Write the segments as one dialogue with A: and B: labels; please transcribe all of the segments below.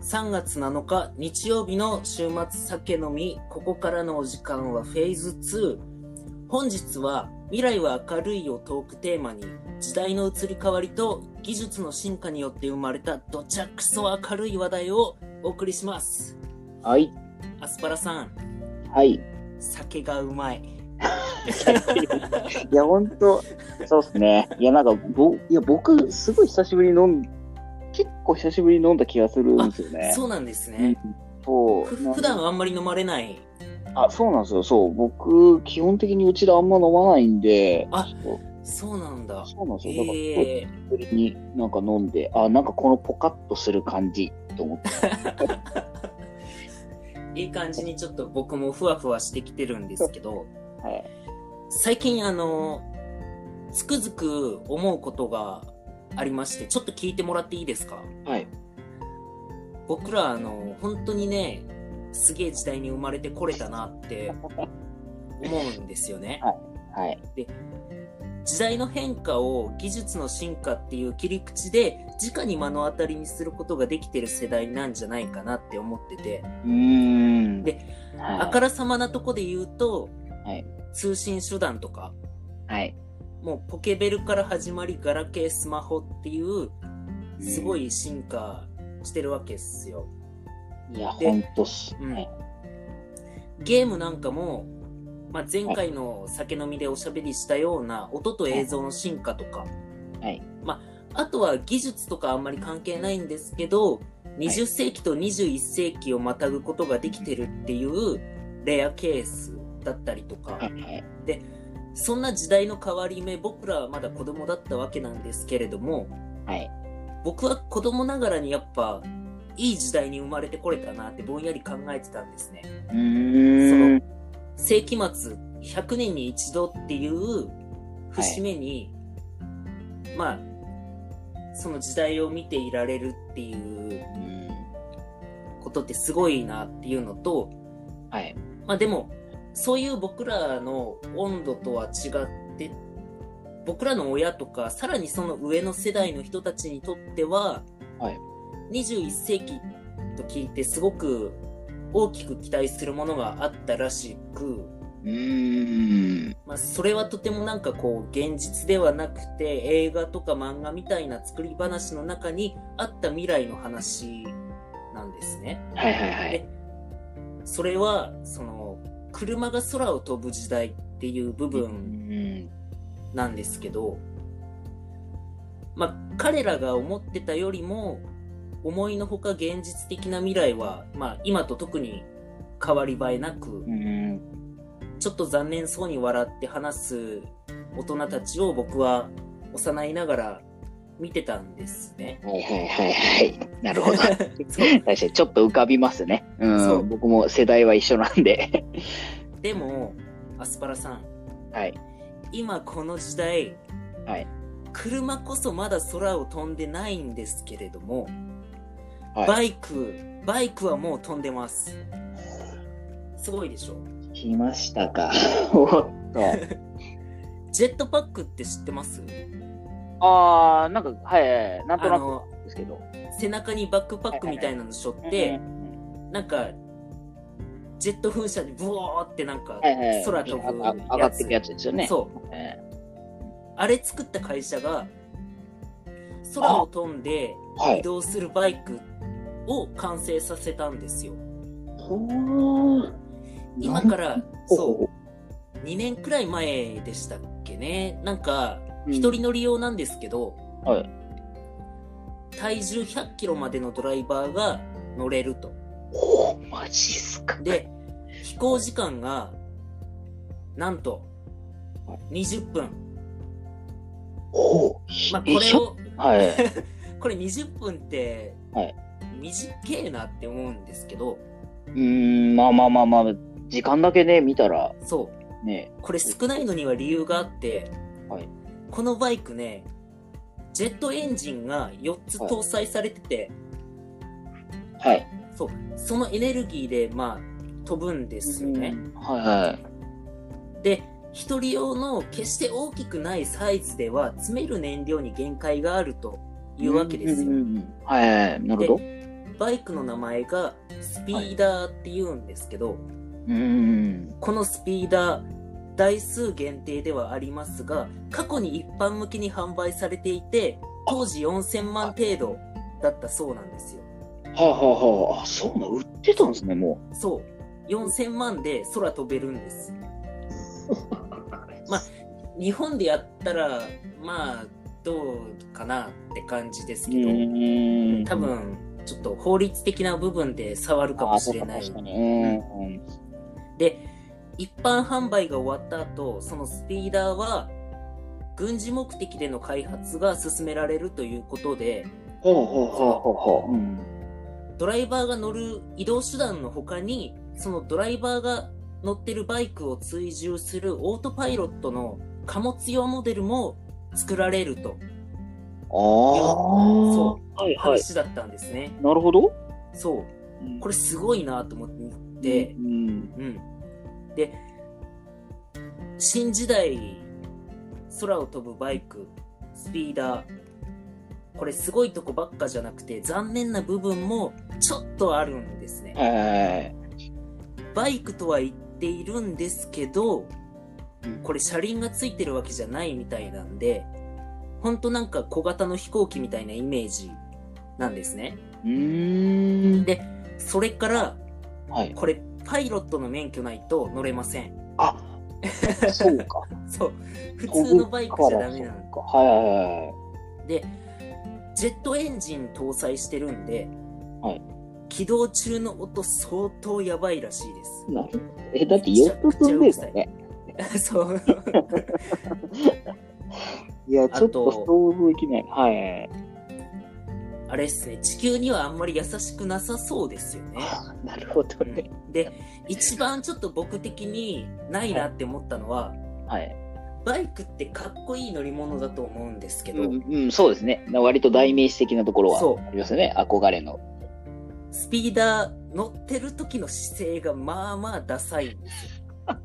A: 3月7日日曜日の週末酒飲み、ここからのお時間はフェーズ2。本日は未来は明るいをトークテーマに時代の移り変わりと技術の進化によって生まれたどちゃくそ明るい話題をお送りします。
B: はい。
A: アスパラさん、
B: はい。
A: 酒がうまい。
B: いや、ほんと、そうっすね。いや、なんか、ぼ、いや、僕、すごい久しぶりに飲ん、結構久しぶりに飲んだ気がするんですよね。
A: そうなんです
B: うん
A: ね。
B: そう
A: ふ普段はあんまり飲まれない。
B: あ、そうなんですよ。そう。僕、基本的にうちであんま飲まないんで、
A: あ
B: そう
A: そうなんだ。
B: そうなんですよ。だから、
A: ええ
B: 久しぶりになんか飲んで、あ、なんかこのポカッとする感じ、と 思って。
A: いい感じにちょっと僕もふわふわしてきてるんですけど、
B: はい。
A: 最近あの、つくづく思うことがありまして、ちょっと聞いてもらっていいですか
B: はい。
A: 僕らあの、本当にね、すげえ時代に生まれてこれたなって思うんですよね。
B: はい。
A: 時代の変化を技術の進化っていう切り口で直に目の当たりにすることができてる世代なんじゃないかなって思ってて、
B: うーん。
A: で、
B: はい、
A: あからさまなとこで言うと、
B: はい
A: 通信手段とか
B: はい。
A: もうポケベルから始まりガラケースマホっていうすごい進化してるわけですよ
B: いや、
A: で
B: ほんとっす
A: うん
B: ね。
A: ゲームなんかも、まあ、前回の酒飲みでおしゃべりしたような音と映像の進化とか、
B: はい
A: まあ、あとは技術とかあんまり関係ないんですけど20世紀と21世紀をまたぐことができてるっていうレアケースだったりとか、
B: はい。はい。
A: そんな時代の変わり目、僕らはまだ子供だったわけなんですけれども、
B: はい。
A: 僕は子供ながらにやっぱ、いい時代に生まれてこれたなってぼんやり考えてたんですね。
B: うーん。
A: 世紀末、100年に一度っていう節目に、まあ、その時代を見ていられるっていう
B: うん
A: ことってすごいなっていうのと、
B: はい。
A: まあでも、そういう僕らの温度とは違って、僕らの親とか、さらにその上の世代の人たちにとっては、
B: はい
A: 21世紀と聞いてすごく大きく期待するものがあったらしく、
B: うーん。
A: まあ、それはとてもなんかこう、現実ではなくて、映画とか漫画みたいな作り話の中にあった未来の話なんですね。
B: はいはいはい。
A: それはその車が空を飛ぶ時代っていう部分
B: ん。
A: なんですけど、まあ、彼らが思ってたよりも思いのほか現実的な未来は、まあ、今と特に変わり映えなく
B: うん。
A: ちょっと残念そうに笑って話す大人たちを僕は幼いながら見てたんですね。
B: はいはいはいはい。なるほ ど。確
A: そう
B: かにちょっと浮かびますね。う。
A: そうん
B: 僕も世代は一緒なんで。
A: でもアスパラさん
B: はい。
A: 今この時代、
B: はい
A: 車こそまだ空を飛んでないんですけれども、
B: はい
A: バイクバイクはもう飛んでますすごいでしょ
B: 来ましたか。 おっと。
A: ジェットパックって知ってます
B: あー、なんか、はいはいはい。なん
A: あ
B: となく
A: の
B: ですけど。
A: 背中にバックパックみたいなの背負って、なんかジェット噴射でブオーってなんか
B: はいはいはい、
A: 空飛ぶ
B: ああ上が
A: や
B: って
A: つ
B: いくやつですよね。
A: そう
B: え
A: あれ作った会社が空を飛んで
B: ーは
A: 移。動するバイクを完成させたんですよ
B: ほー
A: 今から、
B: ほ
A: そうう、2年くらい前でしたっけね。なんか、
B: うん
A: 一人乗り用なんですけど、
B: は
A: 体重100キロまでのドライバーが乗れると。
B: ほうマジっすか。
A: で、飛行時間が、なんと、20分。
B: ほう。
A: まあ、これを、
B: はい。
A: これ20分って
B: はい、
A: 短えなって思うんですけど、
B: うーん、まあまあまあまあ、時間だけね、見たら
A: そう、
B: ね。
A: これ少ないのには理由があって、
B: はい
A: このバイクねジェットエンジンが4つ搭載されてて、
B: はい。
A: そうそのエネルギーで、まあ、飛ぶんですよね、
B: はいはい。
A: で一人用の決して大きくないサイズでは詰める燃料に限界があるというわけですよ、
B: うんうんうんはいはい。なるほど。
A: バイクの名前がスピーダーって言うんですけど、
B: うん。
A: このスピーダー、台数限定ではありますが、過去に一般向けに販売されていて、当時4000万程度だったそうなんですよ。
B: はあ、はあはあ、あそうなの、売ってたんですね、も
A: そう。4000万で空飛べるんです。まあ、日本でやったら、まあ、どうかなって感じです
B: う。
A: けど、
B: ん
A: 多。分、ちょっと法律的な部分で触るか
B: あ
A: も
B: あ、
A: し
B: そう
A: れ
B: か、
A: ない
B: 確かに。うん。
A: で一般販売が終わった後そのスピーダーは軍事目的での開発が進められるということで
B: ほうほうほうほうほう。うん。
A: ドライバーが乗る移動手段の他にそのドライバーが乗ってるバイクを追従するオートパイロットの貨物用モデルも作られると
B: ああ。そうう。はいはい。
A: 話だったんですね、
B: なるほど。
A: そうこれすごいなと思って、
B: うん。
A: うん、で新時代空を飛ぶバイクスピーダーこれすごいとこばっかじゃなくて残念な部分もちょっとあるんですね
B: え
A: バイクとは言っているんですけど
B: うん
A: これ車輪がついてるわけじゃないみたいなんでほんとなんか小型の飛行機みたいなイメージなんですね
B: え。うん。
A: でそれから
B: はい。
A: これパイロットの免許ないと乗れません
B: あ、そうか。
A: そう普通のバイクじゃダメなの
B: か。はいはいはい。
A: でジェットエンジン搭載してるんで、
B: はい
A: 起動中の音相当やばいらしいで
B: なるえ、だって4つ積んでるんだね。
A: すそう
B: いや、
A: あ
B: ちょ
A: と
B: っと想像できない。はいはいはい。
A: あれっすね地球にはあんまり優しくなさそうですよね、
B: あなるほどね。
A: うんで一番ちょっと僕的にないなって思ったのは、
B: はい。
A: バイクってかっこいい乗り物だと思うんですけど、
B: うん、うんそうですね。割と代名詞的なところは
A: そ
B: ありますよね。憧れの。
A: うスピーダー乗ってる時の姿勢がまあまあダサいんですよあ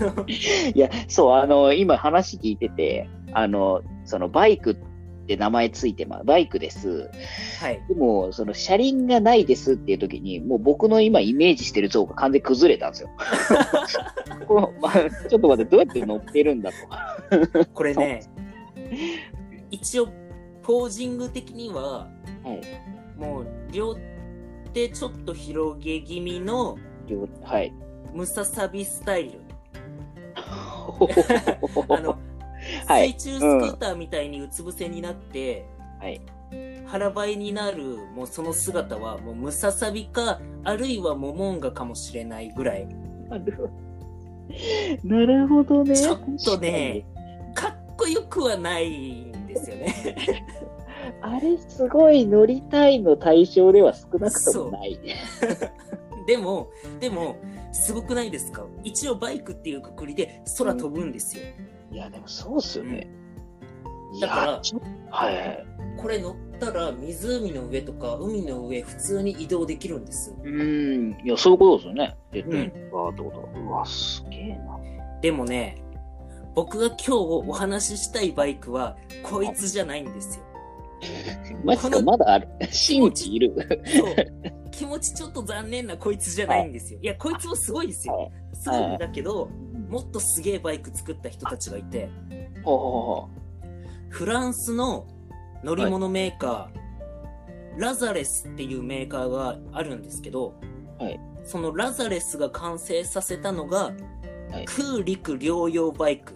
A: の
B: いや、そう、あの、今話聞いてて、あの、そのバイクって名前ついてます。バイクです。
A: はい
B: でも、その車輪がないですっていう時に、もう僕の今イメージしてる像が完全に崩れたん ですよ。このまあ、ちょっと待って、どうやって乗ってるんだと。
A: これね、一応、ポージング的には、
B: はい
A: もう、両手ちょっと広げ気味の
B: はい。
A: ムササビスタイル。あの、
B: はい
A: 水中スクーターみたいにうつ伏せになって、
B: はい
A: 腹ばいになる、もうその姿は、もうムササビか、あるいはモモンガかもしれないぐらい、
B: なるほどね。
A: ちょっとね、かっこよくはないんですよね。
B: 確かに。あれ、すごい乗りたいの対象では少なくともない。
A: でも、でも、すごくないですか一応バイクっていうくくりで空飛ぶんですよ。
B: いや、でもそうっすよね。い
A: だから
B: や、ちょっと、はいはい。
A: これ乗ったら湖の上とか海の上普通に移動できるんです。
B: うん、いや、そういうことですよね。絶対に。わーってことはうわ、すげえな。
A: でもね、僕が今日お話ししたいバイクはこいつじゃないんですよ。
B: マジでまだある。真地いる。
A: そう。気持ちちょっと残念なこいつじゃないんですよ。いや、こいつもすごいです
B: は
A: よ
B: い。
A: すごいんだけど、もっとすげえバイク作った人たちがいて、
B: ほうほ
A: フランスの乗り物メーカー、ラザレスっていうメーカーがあるんですけど、
B: はい
A: そのラザレスが完成させたのが、
B: はい
A: 空陸両用バイク。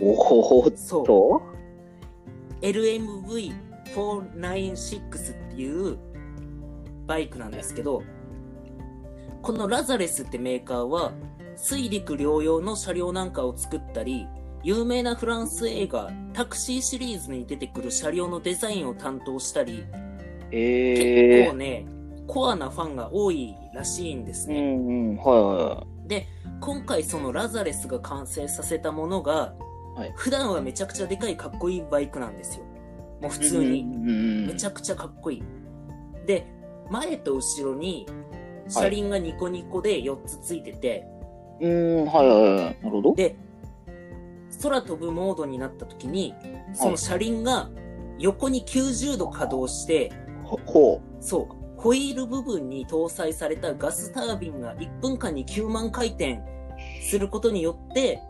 B: うほう。おおっ
A: そう。
B: と
A: LMV496 っていうバイクなんですけど、このラザレスってメーカーは、水陸両用の車両なんかを作ったり、有名なフランス映画、タクシーシリーズに出てくる車両のデザインを担当したり、
B: え
A: 結構
B: え。
A: ね、コアなファンが多いらしいんです
B: う
A: ね。
B: んうん、はいは
A: で、今回そのラザレスが完成させたものが、
B: はい
A: 普段はめちゃくちゃでかいかっこいいバイクなんですよ。もう普
B: い。
A: 通に。
B: うんうんう
A: め
B: ん
A: ちゃくちゃかっこいい。で、前と後ろに車輪がニコニコで4つついてて、
B: うーん、はいはいはい。なるほど。
A: で、空飛ぶモードになった時に、その車輪が横に90度稼働して、
B: ほほう。
A: そう、ホイール部分に搭載されたガスタービンが1分間に9万回転することによって、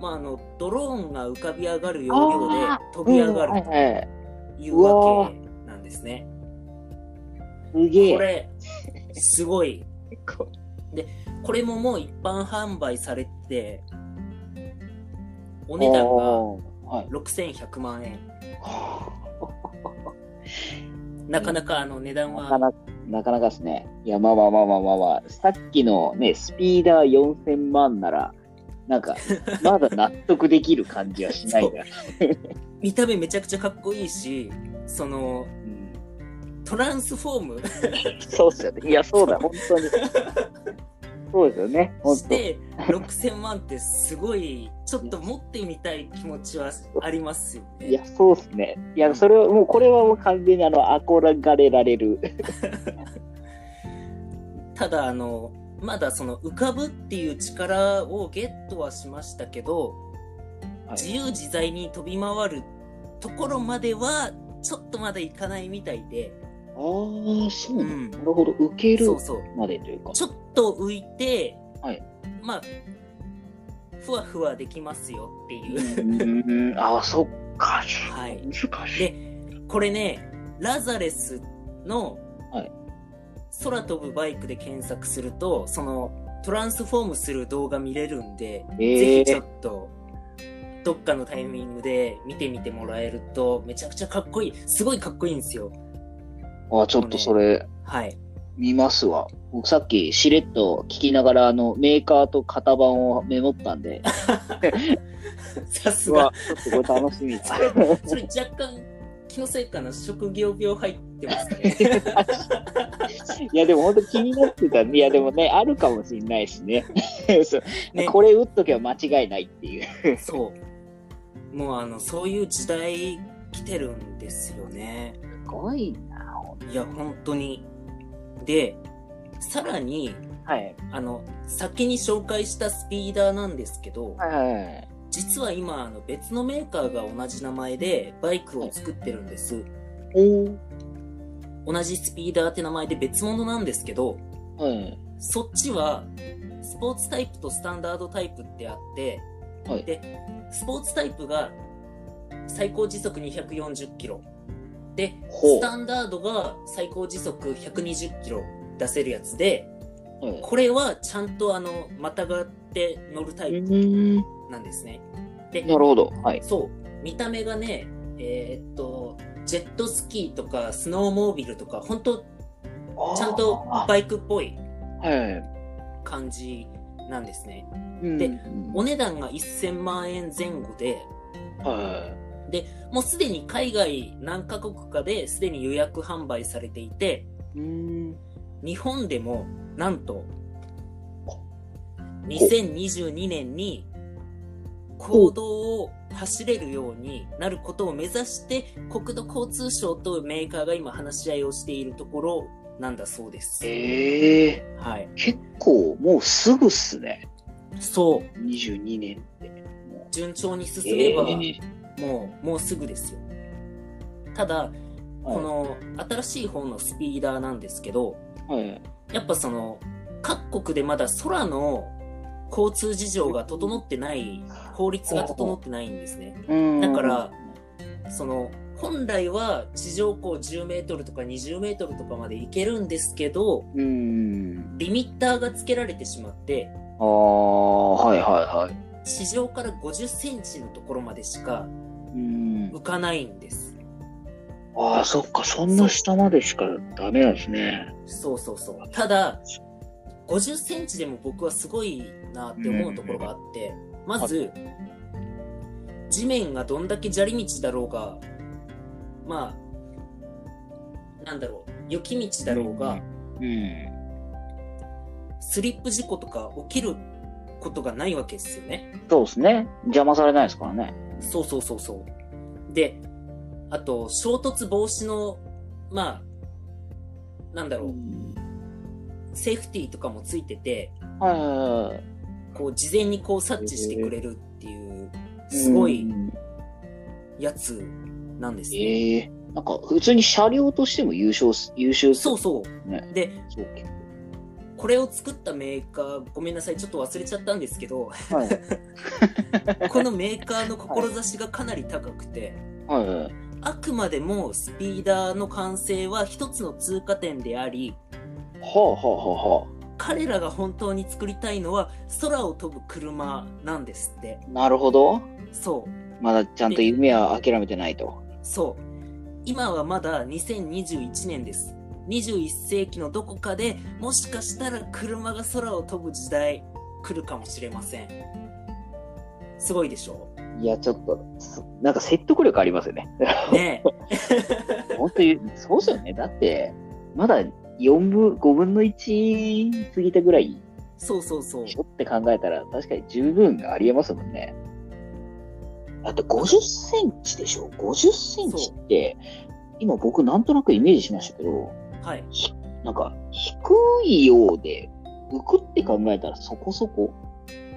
A: まあ、あの、ドローンが浮かび上がる要領で
B: あ
A: 飛び上が
B: は
A: る
B: いはい。
A: というわけなんですね。
B: すげ
A: こ
B: え。
A: れ、すごい。これももう一般販売されて、お
B: お
A: 値段が
B: はい。
A: 6100万 円。なかなかあの値段
B: なか
A: は、
B: なか、なかなかですね。いや、まあまあまあまあまあ、まあ、さっきのね、スピーダー4000万なら、な んか、まだ納得できる感じはしないな。
A: 見た目めちゃくちゃかっこいいし、その、
B: うん
A: トランスフォーム
B: そうっすよね。いや、そうだ、本当に。そうですよね、本
A: し
B: 当。
A: て6000万ってすごいちょっと持ってみたい気持ちはありますよね。
B: いや、そうっすね。いや、それは、もう、これはもう完全に、あの、憧れられる。
A: ただあのまだその浮かぶっていう力をゲットはしましたけど、
B: はい
A: 自由自在に飛び回るところまではちょっとまだいかないみたいで、
B: ああ、そう
A: う
B: なんだ
A: ん
B: な、るほど、受ける
A: そうそう
B: までというか。
A: ちょっと浮いて、
B: はい
A: まあふわふわできますよっていう
B: うーん、ああ、そっか。
A: はい
B: 難しい。
A: でこれねラザレスの
B: はい
A: 空飛ぶバイクで検索するとそのトランスフォームする動画見れるんで、
B: え
A: ぜひちょ
B: ー
A: っとどっかのタイミングで見てみてもらえるとめちゃくちゃかっこいいすごいかっこいいんですよ
B: あ、ちょっとそれ、
A: はい
B: 見ますわ。僕さっき、しれっと聞きながら、あの、メーカーと型番をメモったんで、
A: さす
B: う
A: が
B: わ、ちょっとこれ楽しみだ。
A: それ若干気のせいかな職業病入ってますか ね
B: いや、でも本当気になってた。いや、でもね、あるかもしれないしね。 そう
A: ね
B: これ打っとけば間違いないっていう。
A: そうもうあのそういう時代来てるんですよね
B: すごいな。
A: いや、本当に。で、さらに、
B: はい。
A: あの、先に紹介したスピーダーなんですけど、
B: はいはいはい。
A: 実は今、あの、別のメーカーが同じ名前でバイクを作ってるんです。
B: お
A: 同じスピーダーって名前で別物なんですけど、
B: はい。
A: そっちは、スポーツタイプとスタンダードタイプってあって、
B: はい
A: で、スポーツタイプが最高時速240キロ。で、
B: ほう
A: スタンダードが最高時速120キロ出せるやつで、
B: はい、
A: これはちゃんとあの、またがって乗るタ
B: う
A: イプ
B: ーん。
A: なんですね。で、
B: なるほど。はい。
A: そう、見た目がね、えーっと、ジェットスキーとかスノーモービルとか、本当ちゃんと
B: あ
A: バイクっぽい
B: はい。
A: 感じなんですね。
B: うん
A: で
B: うん
A: お値段が1000万円前後で、
B: は
A: もうすでに海外何カ国かですでに予約販売されていて、
B: い。うーん。
A: 日本でもなんと2022年に公道を走れるようになることを目指して国土交通省とメーカーが今話し合いをしているところなんだそうです。
B: ええ
A: はい。
B: 結構、もうすぐっすね。
A: そう。
B: 22年って。
A: 順調に進めば、
B: え
A: もう、もうすぐですよ。ただ、この新しい方のスピーダーなんですけど、
B: はい。
A: やっぱその、各国でまだ空の交通事情が整ってない、法律が整ってないんですね。
B: うん
A: だから、その、本来は地上高10メートルとか20メートルとかまで行けるんですけど、
B: うーん。
A: リミッターがつけられてしまって、
B: ああ、はいはいはい。
A: 地上から50センチのところまでしか
B: うん。
A: 浮かないんです。
B: ああ、そっか、そんな下までしかダメなんですね。
A: そうそうそう。ただ、50センチでも僕はすごいなって思うところがあって、まず、地面がどんだけ砂利道だろうが、まあ、なんだろう、雪道だろうが、
B: うん。
A: スリップ事故とか起きることがないわけですよね。
B: そうですね。邪魔されないですからね。
A: そうそうそうそう。で、あと、衝突防止の、まあ、なんだろう、セーフティーとかもついてて、
B: はいはいはい。
A: こう、事前にこう察知してくれるっていう、すごい
B: うん
A: やつなんですね。
B: ええなんか、普通に車両としても優勝す、優秀
A: そう
B: そ
A: そう、
B: ね
A: で
B: う結
A: これを作ったメーカーごめんなさいちょっと忘れちゃったんですけど
B: 構はい。
A: このメーカーの志がかなり高くて、
B: はいはいはい。
A: あくまでもスピーダーの完成は一つの通過点であり
B: はあはあはあは
A: 彼らが本当に作りたいのは空を飛ぶ車なんですって
B: あ。なるほど。
A: そう
B: まだちゃんと夢は諦めてないと。
A: そう。今はまだ2021年です。21世紀のどこかでもしかしたら車が空を飛ぶ時代来るかもしれません。すごいでしょ
B: いや、ちょっと、すなんか説得力ありますよね。
A: ね
B: 本当に、そうですよね。だって、まだ4分、5分の1過ぎたぐらい
A: え。そうそうそう。
B: しょって考えたら、確かに十分ありえますもんね。だって50センチでしょ ?50 センチって、今僕なんとなくイメージしましたけど、
A: はい。
B: なんか低いようで、浮くって考えたらそこそこ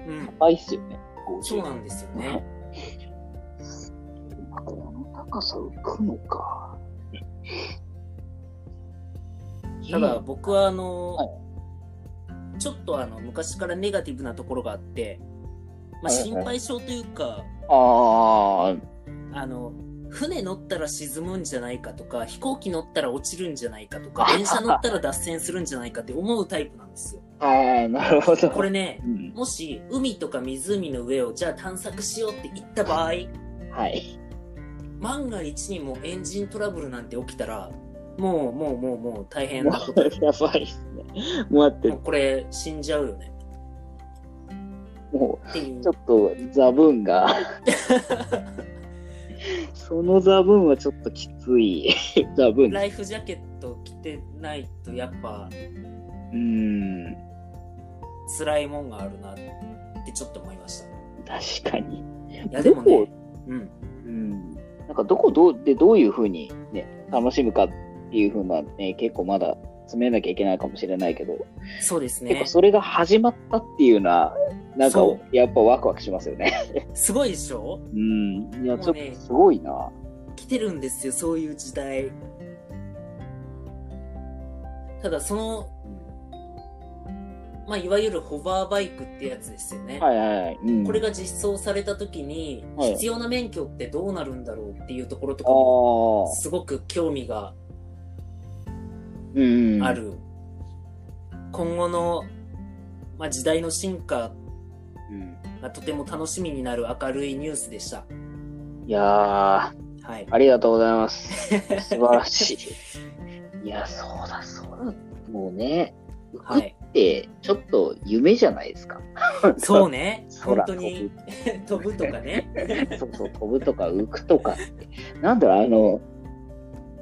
A: うん。
B: 高いっすよね。50
A: そうなんですよね。
B: この高さ浮くのか。
A: ただ僕はあの、
B: は
A: ちょっとあの昔からネガティブなところがあって、まあ、
B: はいはい
A: 心配性というか、
B: ああ、
A: あの、船乗ったら沈むんじゃないかとか、飛行機乗ったら落ちるんじゃないか とか、電車乗ったら脱線するんじゃないかって思うタイプなんですよ。
B: ああ、なるほど。
A: これね、
B: うん、
A: もし海とか湖の上をじゃあ探索しようって言った場合、
B: はい。
A: 万が一にもエンジントラブルなんて起きたら、もうもうもうもう大変
B: も
A: なこと。
B: う、やばいっすね。もうだって
A: もう、これ死んじゃうよね。
B: も
A: っていう
B: う、ちょ。っと、ザブ ンが。そのザブンはちょっときつい。ザブン。う
A: ライフジャケット着てないとやっぱ
B: ーん、
A: 辛いもんがあるなってちょっと思いました。い
B: 確かに。
A: やでも
B: ど
A: ね
B: こ、
A: うん。
B: うん。なんか、どこどうでどういうふうにね、楽しむかっていうふうなね、結構まだ詰めなきゃいけないかもしれないけど、
A: そうですね。
B: 結構それが始まったっていうのは、なんか
A: そ、
B: やっぱワクワクしますよね。
A: すごいでしょ
B: うん。いや、ち
A: もう
B: ょっ
A: ね
B: とすごいな。
A: 来てるんですよそういう時代ただその、まあ、いわゆるホバーバイクってやつですよね、
B: はいはいはい。うん
A: これが実装された時に
B: はい
A: 必要な免許ってどうなるんだろうっていうところとかも
B: あ
A: すごく興味が
B: あ、うん。
A: あ。る、今後の、まあ、時代の進化
B: うん、
A: がとても楽しみになる明るいニュースでした
B: いやー、
A: はい
B: ありがとうございます。 素晴らしい。いや、そうだ、そうだ。もうね、
A: は
B: 浮く
A: い
B: って、ちょっと夢じゃないですか。
A: そうね本
B: 空
A: 当
B: 飛ぶ
A: に 飛ぶとかね
B: そうそう、飛ぶとか浮くとかって。なんだろう、あの、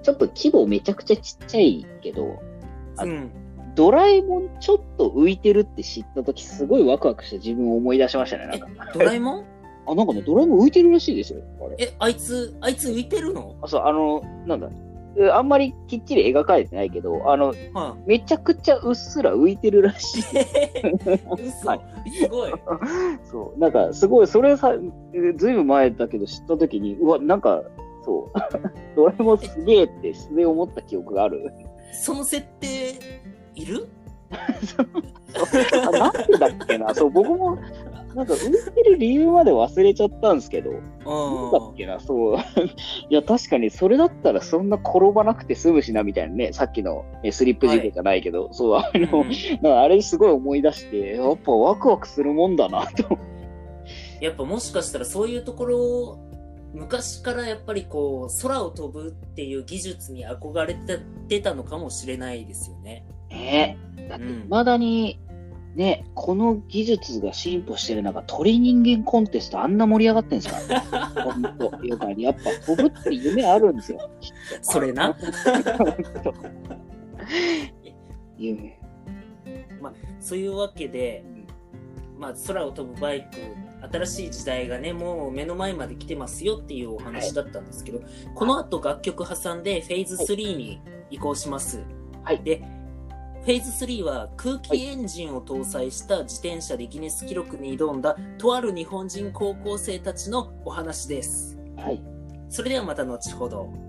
B: ちょっと規模めちゃくちゃちっちゃいけど、 あ
A: うん
B: ドラえもんちょっと浮いてるって知ったとき、すごいワクワクして自分を思い出しましたね、なんか。
A: ドラえもん
B: あ、なんかね、ドラえもん浮いてるらしいですよ、あれ。
A: え、あいつ、あいつ浮いてるの
B: あそう、あの、なんだ、えあんまりきっちり描かれてないけど、あの、
A: は
B: めちゃくちゃうっすら浮いてるらしい。
A: い。 嘘、
B: はい
A: すごい。
B: そう、なんかすごい、それさ、えずいぶん前だけど知ったときに、うわ、なんか、そう、 ドラえもんすげえって、すげえ思った記憶がある。
A: その設定、いる
B: あなんでだっけな、そう、僕も、なんか浮いてる理由まで忘れちゃったんですけど、なんだ
A: う
B: っけな、そう。 いや、確かにそれだったらそんな転ばなくて済むしな、みたいなね、さっきの、ね、スリップ事故じゃないけど、そう、 あの、
A: ん。
B: なんかあれすごい思い出して、やっぱワクワクするもんだなと。
A: やっぱもしかしたらそういうところを、昔からやっぱりこう、空を飛ぶっていう技術に憧れててたのかもしれないですよね。
B: ねえ。だって、
A: うん
B: いまだに、ね、この技術が進歩してる中、鳥人間コンテストあんな盛り上がってんすから ね。ほんと。よくあるやっぱ飛ぶって夢あるんですよ。
A: それな。
B: 夢。
A: そういうわけで、まあ、空を飛ぶバイク、新しい時代がね、もう目の前まで来てますよっていうお話だったんですけど、この後楽曲挟んでフェーズ3に移行します。
B: はい
A: で、フェーズ3は空気エンジンを搭載した自転車でギネス記録に挑んだとある日本人高校生たちのお話です。
B: はい。
A: それではまた後ほど。